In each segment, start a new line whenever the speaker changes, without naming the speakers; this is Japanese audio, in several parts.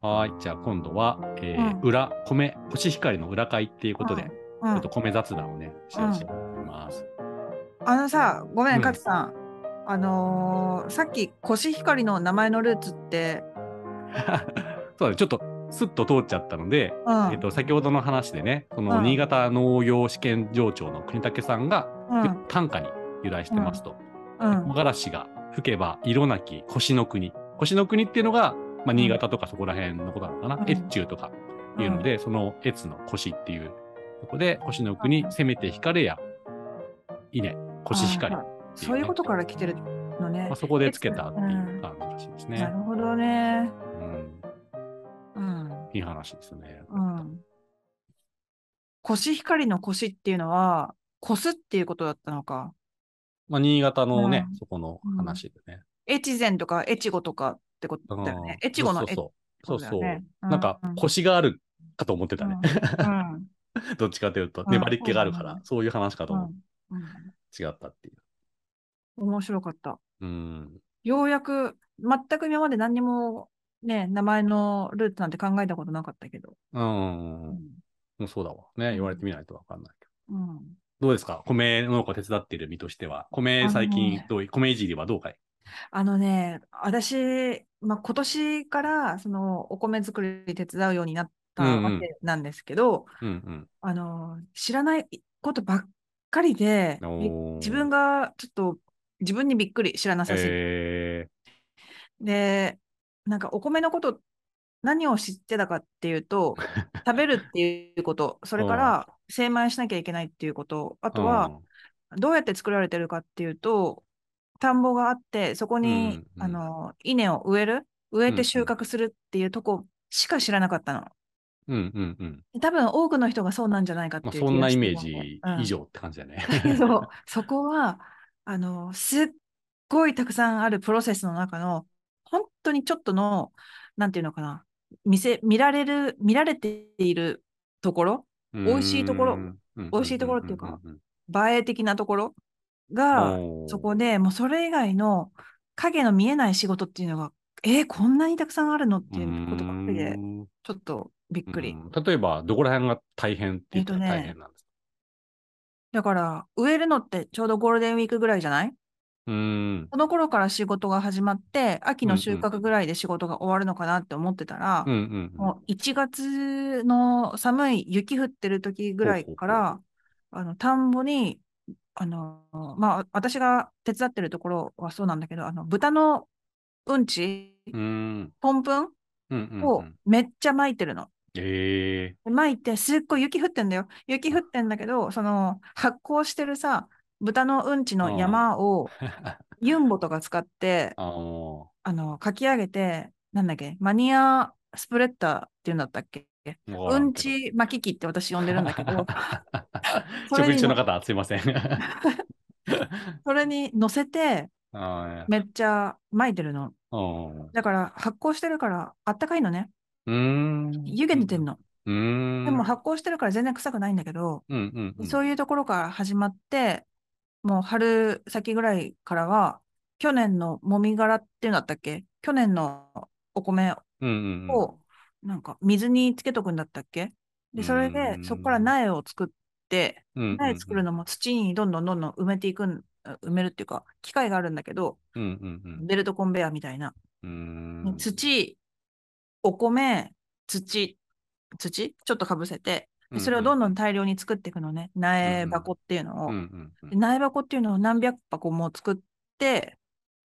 はい。じゃあ今度は、えー
うん
裏、米、コシヒカリの裏会っていうことで、
う
ちょ
ん
っと米雑談をね、してほしいと思います。
あのさ、ごめ、
うんん
勝さん。あのーさっきコシヒカリの名前のルーツって、
そうだね、ちょっとスッと通っちゃったので、
うん、
えっと、先ほどの話でね、その
うん
新潟農業試験場長の国武さんが、
うん、
短歌に由来してますと。
うん
木、枯らしが吹けば色なき腰の国。腰の国っていうのが、まあ、新潟とかそこら辺のことなのか
う
な。
ん
越中とかいうので、その越の腰っていうとこで、腰の国、せめて光れや、稲、腰光。
あ
ま
そういうことから来てるのね
あ、。そこでつけたっていう感じらしいです
な
ね
る。ほどね。
うん。
うん、
いい話ですね。
うん。コシヒカリのコシっていうのは、コスっていうことだったのか。
まあ、新潟のね
う、ん
そこの話でね。
越前とか越後とかってことだよね。越後の
そう
越
そうそう。そう
だよ
そう
ね。
なんか
うん、
腰があるかと思ってたね。
うん うん
どっちかというと、
うん
粘りっ気があるか
そうだ
ら
ね、
そういう話かと思って
うんうん
違ったっていう。
面白かった。
うん。
ようやく、全く今まで何にもね、名前のルーツなんて考えたことなかったけど。
うん。
う
も
ん。
うそうだわ。ね、言われてみないとわかんないけど。
うん
どうですか米農家手伝っている身としては。米最
あの
近
ね
どうい、米いじりはどうかい
あのね、私、まあ、今年からそのお米作り手伝うようになった
うんうん
わけなんですけど、
うん
あの、知らないことばっかりで
うん。、お
び
ー
自分がちょっと自分にびっくり、知らなさすぎて
え
で、なんかお米のこと、何を知ってたかってい うと、食べるっていうこと、それから精米しなきゃいけないっていうこと、あ
ー、
とは、どうやって作られてるかっていうと、田んぼがあって、そこに、
うんうん
あの、稲を植える、植え
うんう
て
ん
収穫するっていうとこしか知らなかったの。
うん。うんうんうん。
多分多くの人がそうなんじゃないかってい
まあ、
う気が
そんなイメー
してる
ジ
のね
以。上って感じだね。
うんそうそこは、あの、すっごいたくさんあるプロセスの中の、本当にちょっとの、なんていうのかな、見せ、見られる、見られているところ、美味しいところ
うん、
美味しいところっていうか
んんん
映え的なところが、
おー
そこでもうそれ以外の影の見えない仕事っていうのが、えーこんなにたくさんあるのっていうことばっかり
う
で
ー、ん
ちょっとびっくり。
うん例えば、どこら辺が大変って言ったら大変なんですか、
だから、植えるのってちょうどゴールデンウィークぐらいじゃない
うん。
この頃から仕事が始まって、秋
う
の
んうん
収穫ぐらいで仕事が終わるのかなって思ってたら、
うんうんうん。
もう1月の寒い雪降ってる時ぐらいから、あの田んぼに、あの、まあ、私が手伝ってるところはそうなんだけど、あの豚のうんち、
うん。
ポンプン
うんうんう
を
ん。
めっちゃ撒いてるの。
ええ
撒いて、すっごい雪降ってんだよ。雪降ってんだけど、その発酵してるさ、豚のうんちの山を
ー。
ユンボとか使って、
あの
あの、かき上げて、なんだっけ、マニアスプレッダーっていうんだったっけ
ーわか
う
ら
ん
けど
ち巻き機って私呼んでるんだ けど、それ
直
に
立の方、すいません。
それに乗せて
はい
めっちゃ巻いてるの。
うんう
だから発酵してるからあったかいのね。
ーん。
湯気出てんの。
うーん。
でも発酵してるから全然臭くないんだけど、
うんうんうん。
そう
う
いうところから始まって、もう春先ぐらいからは、去年のもみ殻っていうのあったっけ去年のお米
んうんうん。
をなんか水につけとくんだったっけで、それ
う
で
ん
そこから苗を作って、
うんうんうん
苗作るのも土にどんどんどんどん埋めていくん、埋めるっていうか、機械があるんだけど、
うんうん
ベルトコンベアみたいな。
うん。うーん。
土、お米、土、土ちょっとかぶせて、
うんうん
それをどんどん大量に作っていくのね。苗箱っていうの
うん
を。
うんうん
で苗箱っていうのを何百箱も作って、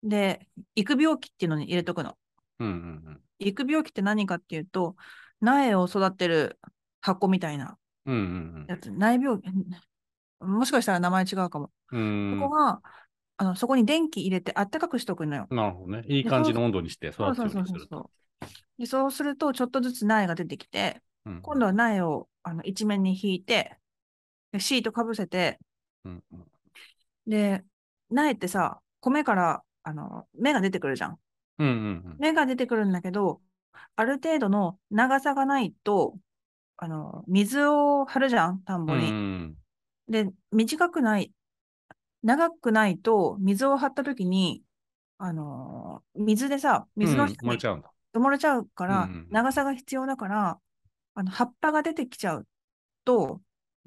で、育苗期っていうのに入れとくの。
うんうん
育苗期って何かっていうと、苗を育てる箱みたいな
うん。うんうん
やつ、苗病、もしかしたら名前違うかも。
うん。う
そこが、あのそこに電気入れてあったかくしとくのよ。
ーん。なるほどね。いい感じの温度にして
そ
育
う
つ
そ
よう
うそ
に
う
す
そう
ると。
そう。で、そうすると、ちょっとずつ苗が出てきて、
うん
今度は苗をあの一面に引いて、でシートかぶせて、
うんうん
で、苗ってさ、米からあの芽が出てくるじゃん。
うんうん
芽が出てくるんだけど、ある程度の長さがないと、あの水を張るじゃん、田ん
うん。
ぼ
う
に。
ん
で、短くない、長くないと、水を張ったときに、あのー水でさ、水の
うん
下
燃え
に
ちゃうんだ。
埋もれちゃうから、
うん
長さが必要だから、あの、葉っぱが出てきちゃうと、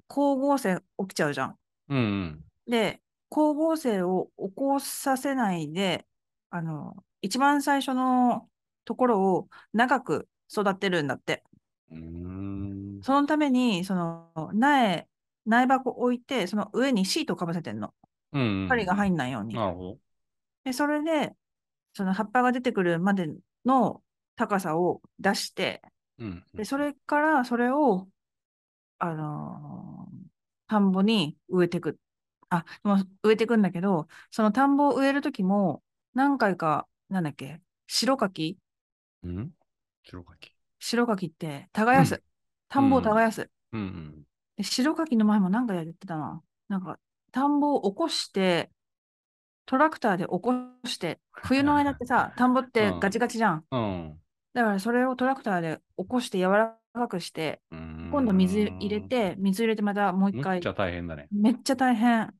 光合成起きちゃうじゃん。
うんうん。
で、光合成を起こさせないで、あの、一番最初のところを長く育てるんだって。
うーん。
そのために、その、苗、苗箱置いて、その上にシートかぶせてんの。
うんうん。
光が入んないように。
なるほど。
で、それで、その葉っぱが出てくるまでの高さを出して、
うん。
で、それからそれを、あのー田んぼに植えてく。あ、でも植えてくんだけど、その田んぼを植えるときも、何回か、なんだっけ、白柿
うん白柿。
白柿って耕
う
す。田んぼを耕す。
うんうん。
で白柿の前も何かやってたな。なんか、田んぼを起こして、トラクターで起こして、冬の間っ てさ、田んぼってガチガチじゃん。
うん。
だからそれをトラクターで起こして柔らかくして、
今
今度水入れ、て、水入れてまたもう一
めっ
回
ち。ゃ大変だね。
めっちゃ大変。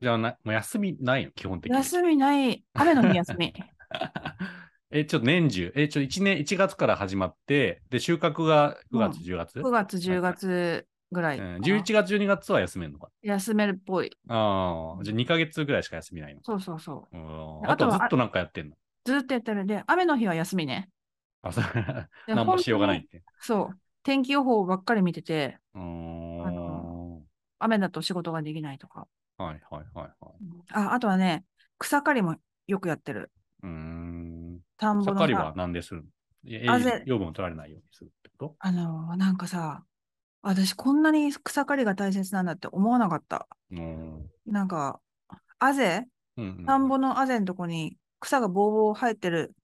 じゃあな、もう休みないの、基本的に。
休みない、雨の日休み。
え、ちょっと年中、え、ちょ、1年、1月から始まって、で、収穫が9月、10月、
9月、10月ぐらいかな。
うん、?11 月、12月は休めるのか。
休めるっぽい。
ああ、じゃあ2ヶ月ぐらいしか休みないの。
そうそうそう。
うん
で
あとは
あとは
ずっとなんかやってんの。
ずっとやってるんで、雨の日は休みね。
あ、そう
で
なんもしようがないっ
本
て。
当にそう。天気予報ばっかり見てて、
うーん。
あ雨だと仕事ができないとか。
はいはいはいはい。
うんあ、あとはね、草刈りもよくやってる。
うーん。
田んぼ
草
の
刈り
さ
は何でするのえ
あぜ
養分を取られないようにするってこ
あの、なんかさ、私こんなに草刈りが大切なんだって思わなかった。
とうん。
なんか、あぜ
うん
田んぼのあぜんとこに草がぼうぼう生えてる、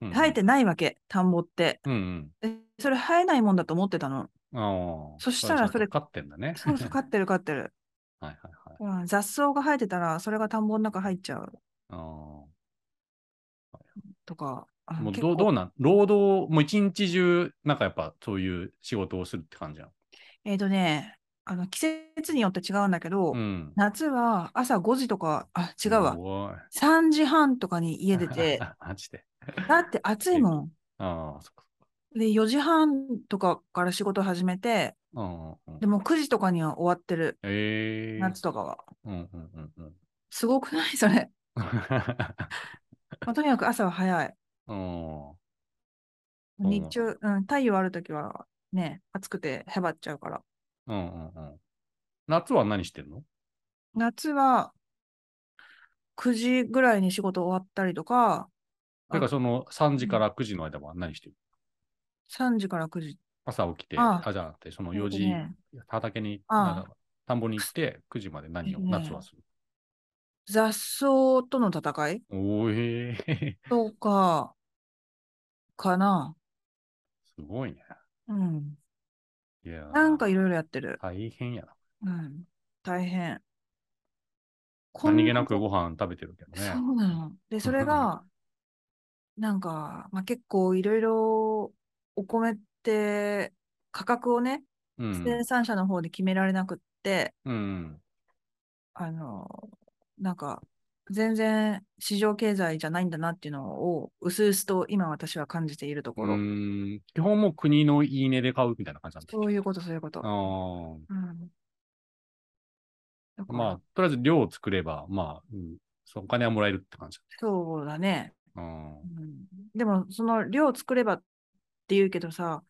うん
生えてないわけ、田んぼって。
うんうん。
でそれ生えないもんだと思ってたの。
ああ。
そしたらそれ
飼ってんだね。
そうそう、飼ってる飼ってる。
はいはいはい。
うん、雑草が生えてたら、それが田んぼの中入っちゃう
ああ。
とか。あ
もう
結
どう
構
どうなん労働、もう一日中、なんかやっぱそういう仕事をするって感じな
えっ、とね、あの、季節によって違うんだけ
の。
ど、
うん。
夏は朝5時とか、あ、違うわ
す。ごい。
3時半とかに家 出て、
マジで。
だって暑いもん。
ああ、そっか
で、4時半とかから仕事始めて、
そっか。うんうんうん
でも9時とかには終わってる、
ええ
夏とかは。
うんうんうんうん。
すごくないそれ。まあとにかく朝は早い。
うんうん
日中、うん、太陽あるときはね、暑くてへばっちゃうから。
うんうんうん。夏は何してんの
夏は9時ぐらいに仕事終わったりとか、
てかその3時から9時の間は何してる
3時から9時。
朝起きて、
あ
あじゃなくて、その
えっ
4
と
時、
ね
畑に、
ああ
なんだろう田んぼに行って、9時まで何を、
えっとね
夏はする。
雑草との戦い
おーえー
とか、かな。
すごいね。
うん。
いやー
なんかいろいろやってる。
大変やな。
うん。大変。こん
何気なくご飯食べてるけど
そ
ね。
うなの。で、それが、なんか、まあ、結構いろいろお米って価格をね、
うん。
生産者の方で決められなくって、
うん。
あの、なんか、全然市場経済じゃないんだなっていうのを、うすうすと今私は感じているとこ
う
ろ。
ん。基本もう国のいいねで買うみたいな感じなんだ。
そういうこと、そういうこと。
あ
うん。だ
あ
から
まあ、とりあえず量を作れば、まあ、うん、そのお金はもらえるって感じ。
そうだね。
うん
う。んでも、その量を作ればって言うけどさ、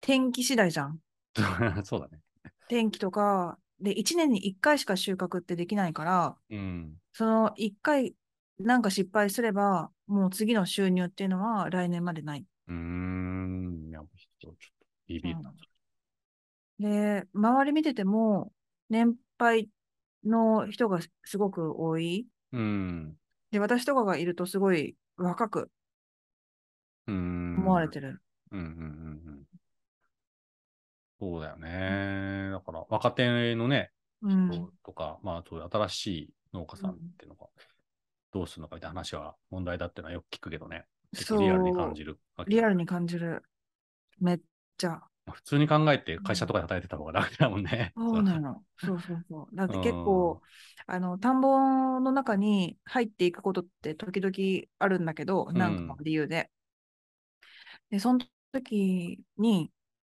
天気次第じゃん。
そうだね。
天気とか、で、1年に1回しか収穫ってできないから、
うん。
その1回なんか失敗すれば、もう次の収入っていうのは来年までない。
うーん。いや、ちょっとビビった。
で、周り見てても、年配の人がすごく多い。
うん。
で、私とかがいるとすごい若く
うん。
思われてる。
うんうんうんうん。そうだよね。だから、若手のね、
うん。
とか、まあ、そういう新しい農家さんっていうのが、どうするのかみたいな話は問題だっていうのはよく聞くけどね。結
そう
構リアルに感じるわけ
リアルに感じる。めっちゃ。
普通に考えて会社とかで働いてた方が楽だもんね。
そう
の。
な の。そうそうそう。だって結構、あの、田んぼの中に入っていくことって時々あるんだけど、
ん
なんかの理由で。で、その時に、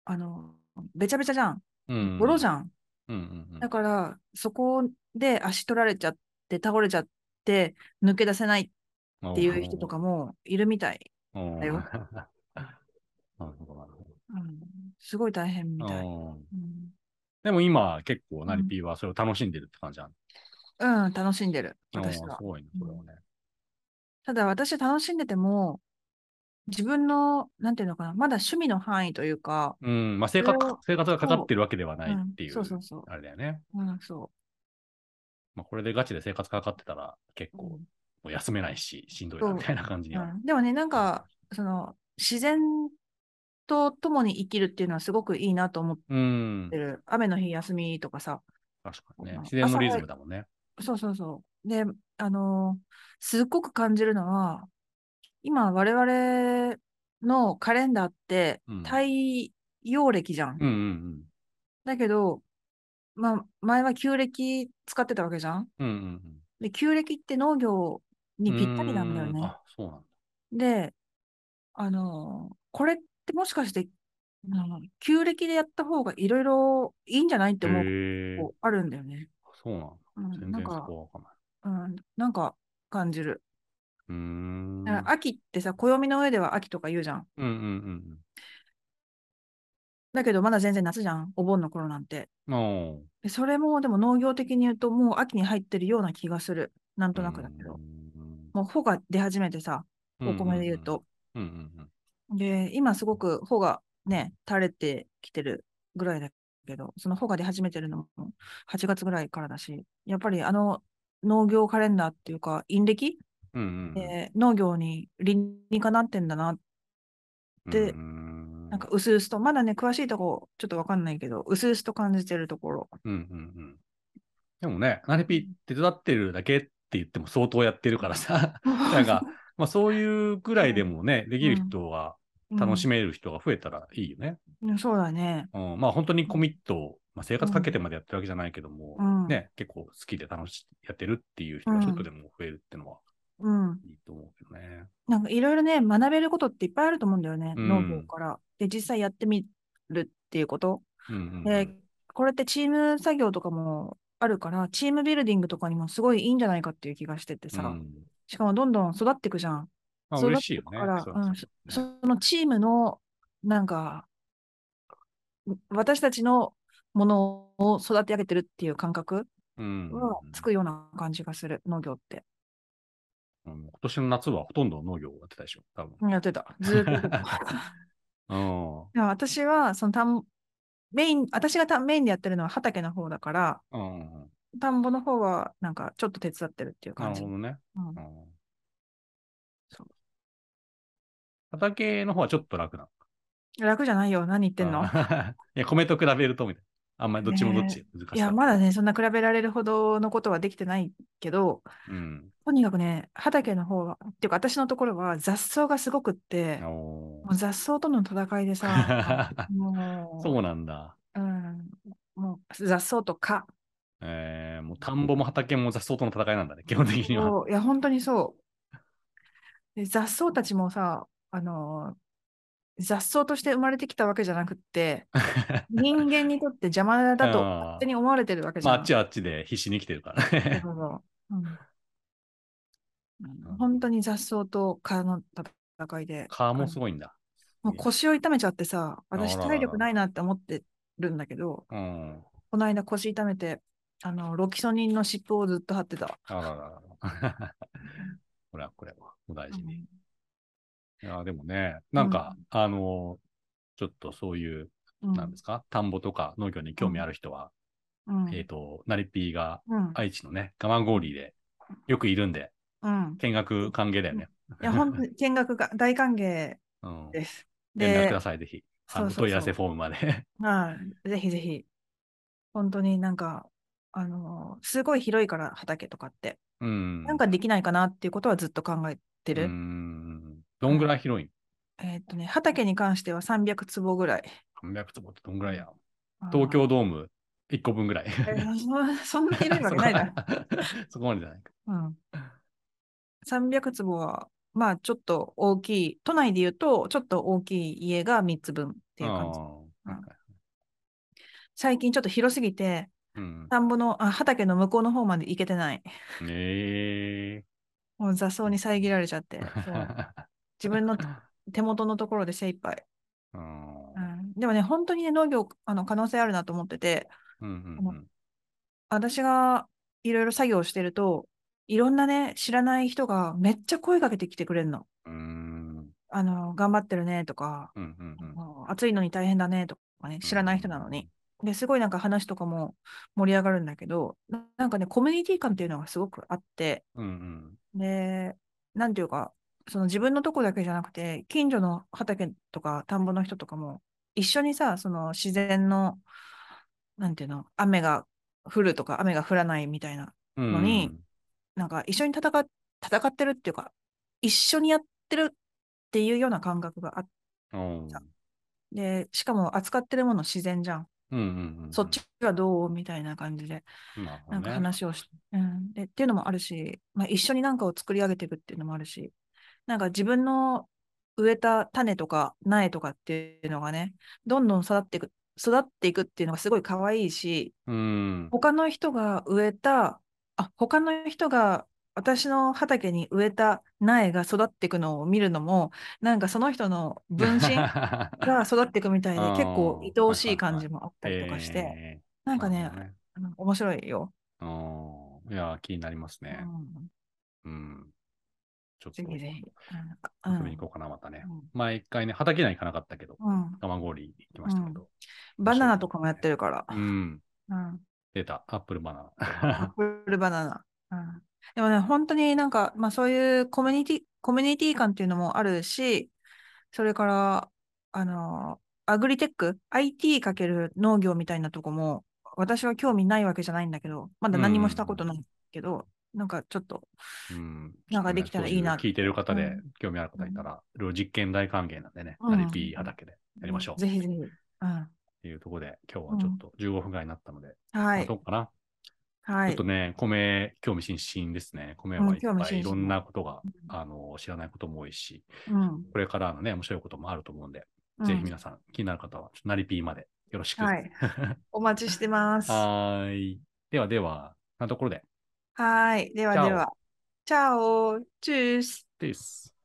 あの、べちゃべちゃじゃん。
うん。
ボロじ
ゃん。
ゃん。
うんうん
だから、そこで足取られちゃって、倒れちゃって、抜け出せない
うん、
っていう人とかもいるみたい。
うん。
だよ
なるほどなるほ
うん、すごい大変みたい。
どうん
うん
でも今結構ナリ
うん
ピーはそれを楽しんでるって感じなん
うん、楽しんでる、私
す
は。
ごいね、これはね。
ただ、私は楽しんでても、自分の、なんていうのかな、まだ趣味の範囲というか、
うん、まあ生活
それを
生活がかかってるわけではないっていう、
んそうそうそう。
あれだよね。
うん、そ
まあ、これでガチで生活かかってたら結
う。
構もう休めないし、しんどいなみたいな感じに
う
は。
ん、でもね、なんか、その、自然と共に生きるっていうのはすごくいいなと思っ
うん
て、る。雨の日休みとかさ。
確かにね
う。ん
自然のリズムだもんね。
そうそうそう。で、あのーすっごく感じるのは、今我々のカレンダーって
うん
太陽暦じゃん。
うんうん
だけど、まあ、前は旧暦使ってたわけじゃん。
うん。うんうん
で、旧暦って農業
う
に
ん。
ぴったりなんだよ
うーん
ね。
あ、そうなんだ。
で、あのーこれってもしかして、あの旧暦でやった方がいろいろいいんじゃないって思う
へー
こうあるんだよね。
そうな
う
ん
ん
だ。全
なん
然そ
か、
こはわかんない。
うん、なんか感じる。
うーん。
だから秋ってさ、暦の上では秋とか言うじゃん。
うんうんうん
だけどまだ全然夏じゃん、お盆の頃なんて。
うん。おー
でそれもでも農業的に言うと、もう秋に入ってるような気がする。なんとなくだけど。。もう穂が出始めてさ、お米で言うと。
うんうんうん。
で、今すごく穂がね、垂れてきてるぐらいだけど、その穂が出始めてるのも8月ぐらいからだし、やっぱりあの農業カレンダーっていうか、陰暦、
うんうんうん
えー農業に倫理かなってんだなで
うーん
なんか、うすうすと、まだね、詳しいとこ、ちょっとわかんないけど、うすうすと感じてるところ。
うんうんうん。でもね、ナレピ手伝ってるだけって言っても相当やってるから さ、
な
なんか、まあそういうぐらいでもね、できる人が、楽しめる人が増えたらいいよね。
め、うんそうだね。
うん、まあ本当にコミットを、まあ、生活かけてまでやってるわけじゃないけども、
うん
ね、結構好きで楽しい、やってるっていう人がちょっとでも増えるってのは
うん。
いいと思うけどね。
なんか、いろいろね、学べることっていっぱいあると思うんだよね、
うん
農業から。で、実際やってみるっていうこと。
うんうんうん
で、これってチーム作業とかもあるから、チームビルディングとかにもすごいいいんじゃないかっていう気がしててさ、
うん
しかもどんどん育っていくじゃん。
まあ
育
嬉
っ
しい
て
よ
く
ね。
から、
そう
うん
そう
そのチームの、なんか、私たちのものを育て上げてるっていう感覚
うんうんうん
はつくような感じがする、農業って。
うん今年の夏はほとんど農業をやってたでしょ、多分。
やってた。ずーっとやってた。
うん
いや私は、その田ん、メイン、私がたメインでやってるのは畑の方だから、
うんうんうん
田んぼの方はなんかちょっと手伝ってるっていう
な
感
る
じ。
ほ
う
どね。
ん
うん
そう
畑の方はちょっと楽なの。
楽じゃないよ。何言ってんの
あー いや、米と比べるとみたいな。あんまりどっちもどっち難しさ
いや、まだね、そんな比べられるほどのことはできてないけど、
うん。
とにかくね、畑の方は、っていうか私のところは雑草がすごくって、
お
もう雑草との戦いで さ、
ー
もう、
そうなんだ。
うん、もう雑草とか、
えー、もう田んぼも畑も雑草との戦いなんだね、基本的には。
そういや、本当にそう。で雑草たちもさ、あのー雑草として生まれてきたわけじゃな くって、人間にとって邪魔だと
あー
勝手に思われてるわけじ
まあ、
ゃ
あ
ん。
っちはあっちで必死に生きてるから
そう
ね。
そうそううんうん本当に雑草と蚊の戦いで、
蚊もすごいんだ。
もう腰を痛めちゃってさ、私
あららら
体力ないなって思ってるんだけど、
うん。
この間腰痛めて、あのロキソニンの湿布をずっと貼ってた。
あらららら。 これはこれは、お大事に。いや、でもね、なんか、あのーちょっとそういう、
うん
なんですか、田んぼとか農業に興味ある人は、
うん
えっ、と、ナリピーが
うん
愛知のね、蒲郡でよくいるんで、
うん
見学歓迎だよね。
いや、本当に見学が大歓迎
うん。
です。
連絡く
で
だ、さい、ぜひ。あ
そう
の、
そうそう
問い合わせフォームまで。
はい、ぜひぜひ、本当になんか、あのーすごい広いから畑とかって、
うん。
なんかできないかなっていうことはずっと考えて
う
る。
ん。どんぐらい広い
えーっとね、畑に関しては300坪ぐらい。
ん ?300 坪ってどんぐらいや
あー
東京ドーム1個分ぐらい。
えーそそん な 広いわけないな。
そこまでじゃないか。
うん、300坪は、まあちょっと大きい、都内で言うと、ちょっと大きい家が3つ分っていう感じ。
あーはいはい
最近ちょっと広すぎて、
うん
田んぼの、あ、畑の向こうの方まで行けてない。
え
もう雑草に遮られちゃ って。
え
そう自分の手元のところで精一杯。
うん
うん、でもね、本当にね、農業、あの、可能性あるなと思ってて、
うんうん
あ
う
の
ん
私がいろいろ作業してると、いろんなね、知らない人がめっちゃ声かけてきてくれるの。
うーん
あの、頑張ってるねとか、
うんうんうん
もう暑いのに大変だねとかね、知らない人なのに。ですごいなんか話とかも盛り上がるんだけど、ななんかね、コミュニティ感っていうのがすごくあって、
うんうん
で、なんていうか、その自分のとこだけじゃなくて、近所の畑とか田んぼの人とかも、一緒にさ、その自然の、なんていうの、雨が降るとか雨が降らないみたいな、
うん
のになんか一緒に戦っ戦ってるっていうか、一緒にやってるっていうような感覚があって、
うん
で、しかも扱ってるもの自然じゃん。
うんうんうん
そっちはどうみたいな感じで、
なるほ
な
ど
んか
ね
話をし、うん、でっていうのもあるし、まあ、一緒になんかを作り上げていくっていうのもあるし、なんか自分の植えた種とか苗とかっていうのがね、どんどん育っていく、育っていくっていうのがすごい可愛いし、
うん
他の人が植えた、あ、他の人が私の畑に植えた苗が育っていくのを見るのも、なんかその人の分 身が育っていくみたいで、
あー
結構愛おしい感じもあったりとかして、
ええ
なんかね
な、る
あの面白いよ。
ほどねうんいやー気になります
う
ね
ん
うんちょっと
ぜひぜひ。う
遊
ん
びに行こうかなまたね前一回ね畑には行かなかったけど
うんうん
蒲氷行きましたけど
バナナとかもやってるから。
うん
うん、
出たアップルバ
アッ
ナ
プルバナナ。うん、でもね、本当になんか、まあそういうコミュニティ、コミュニティ感っていうのもあるし、それから、あの、アグリテック、IT かける農業みたいなとこも、私は興味ないわけじゃないんだけど、まだ何もしたことないけど、なんかちょっと、
ナうん
なんかできたらいいな
ちょっとねそうう聞いてる方
う
で興味ある方いたらいろいろ実験大歓迎なんでね
うん
RP 畑でやりましょう
ぜひぜひ。うん、
っていうところで今日はちょっと15分ぐらいになったので
は
まあ
い
ど。うかな
は
ちょっ
い
と。ね、米、興味津々ですね。米
う
は
ん
いっ
興味
ぱい
津々
いろんなことが、あの、知らないことも多いし、
うん
これからのね、面白いこともあると思うんで、
うん
ぜひ皆さん、気になる方は、ちょっとなりピーまでよろしく。
はい。お待ちし てます。
はーい。ではでは、なところで、
はい。ではでは。チャオ、チュース。
です。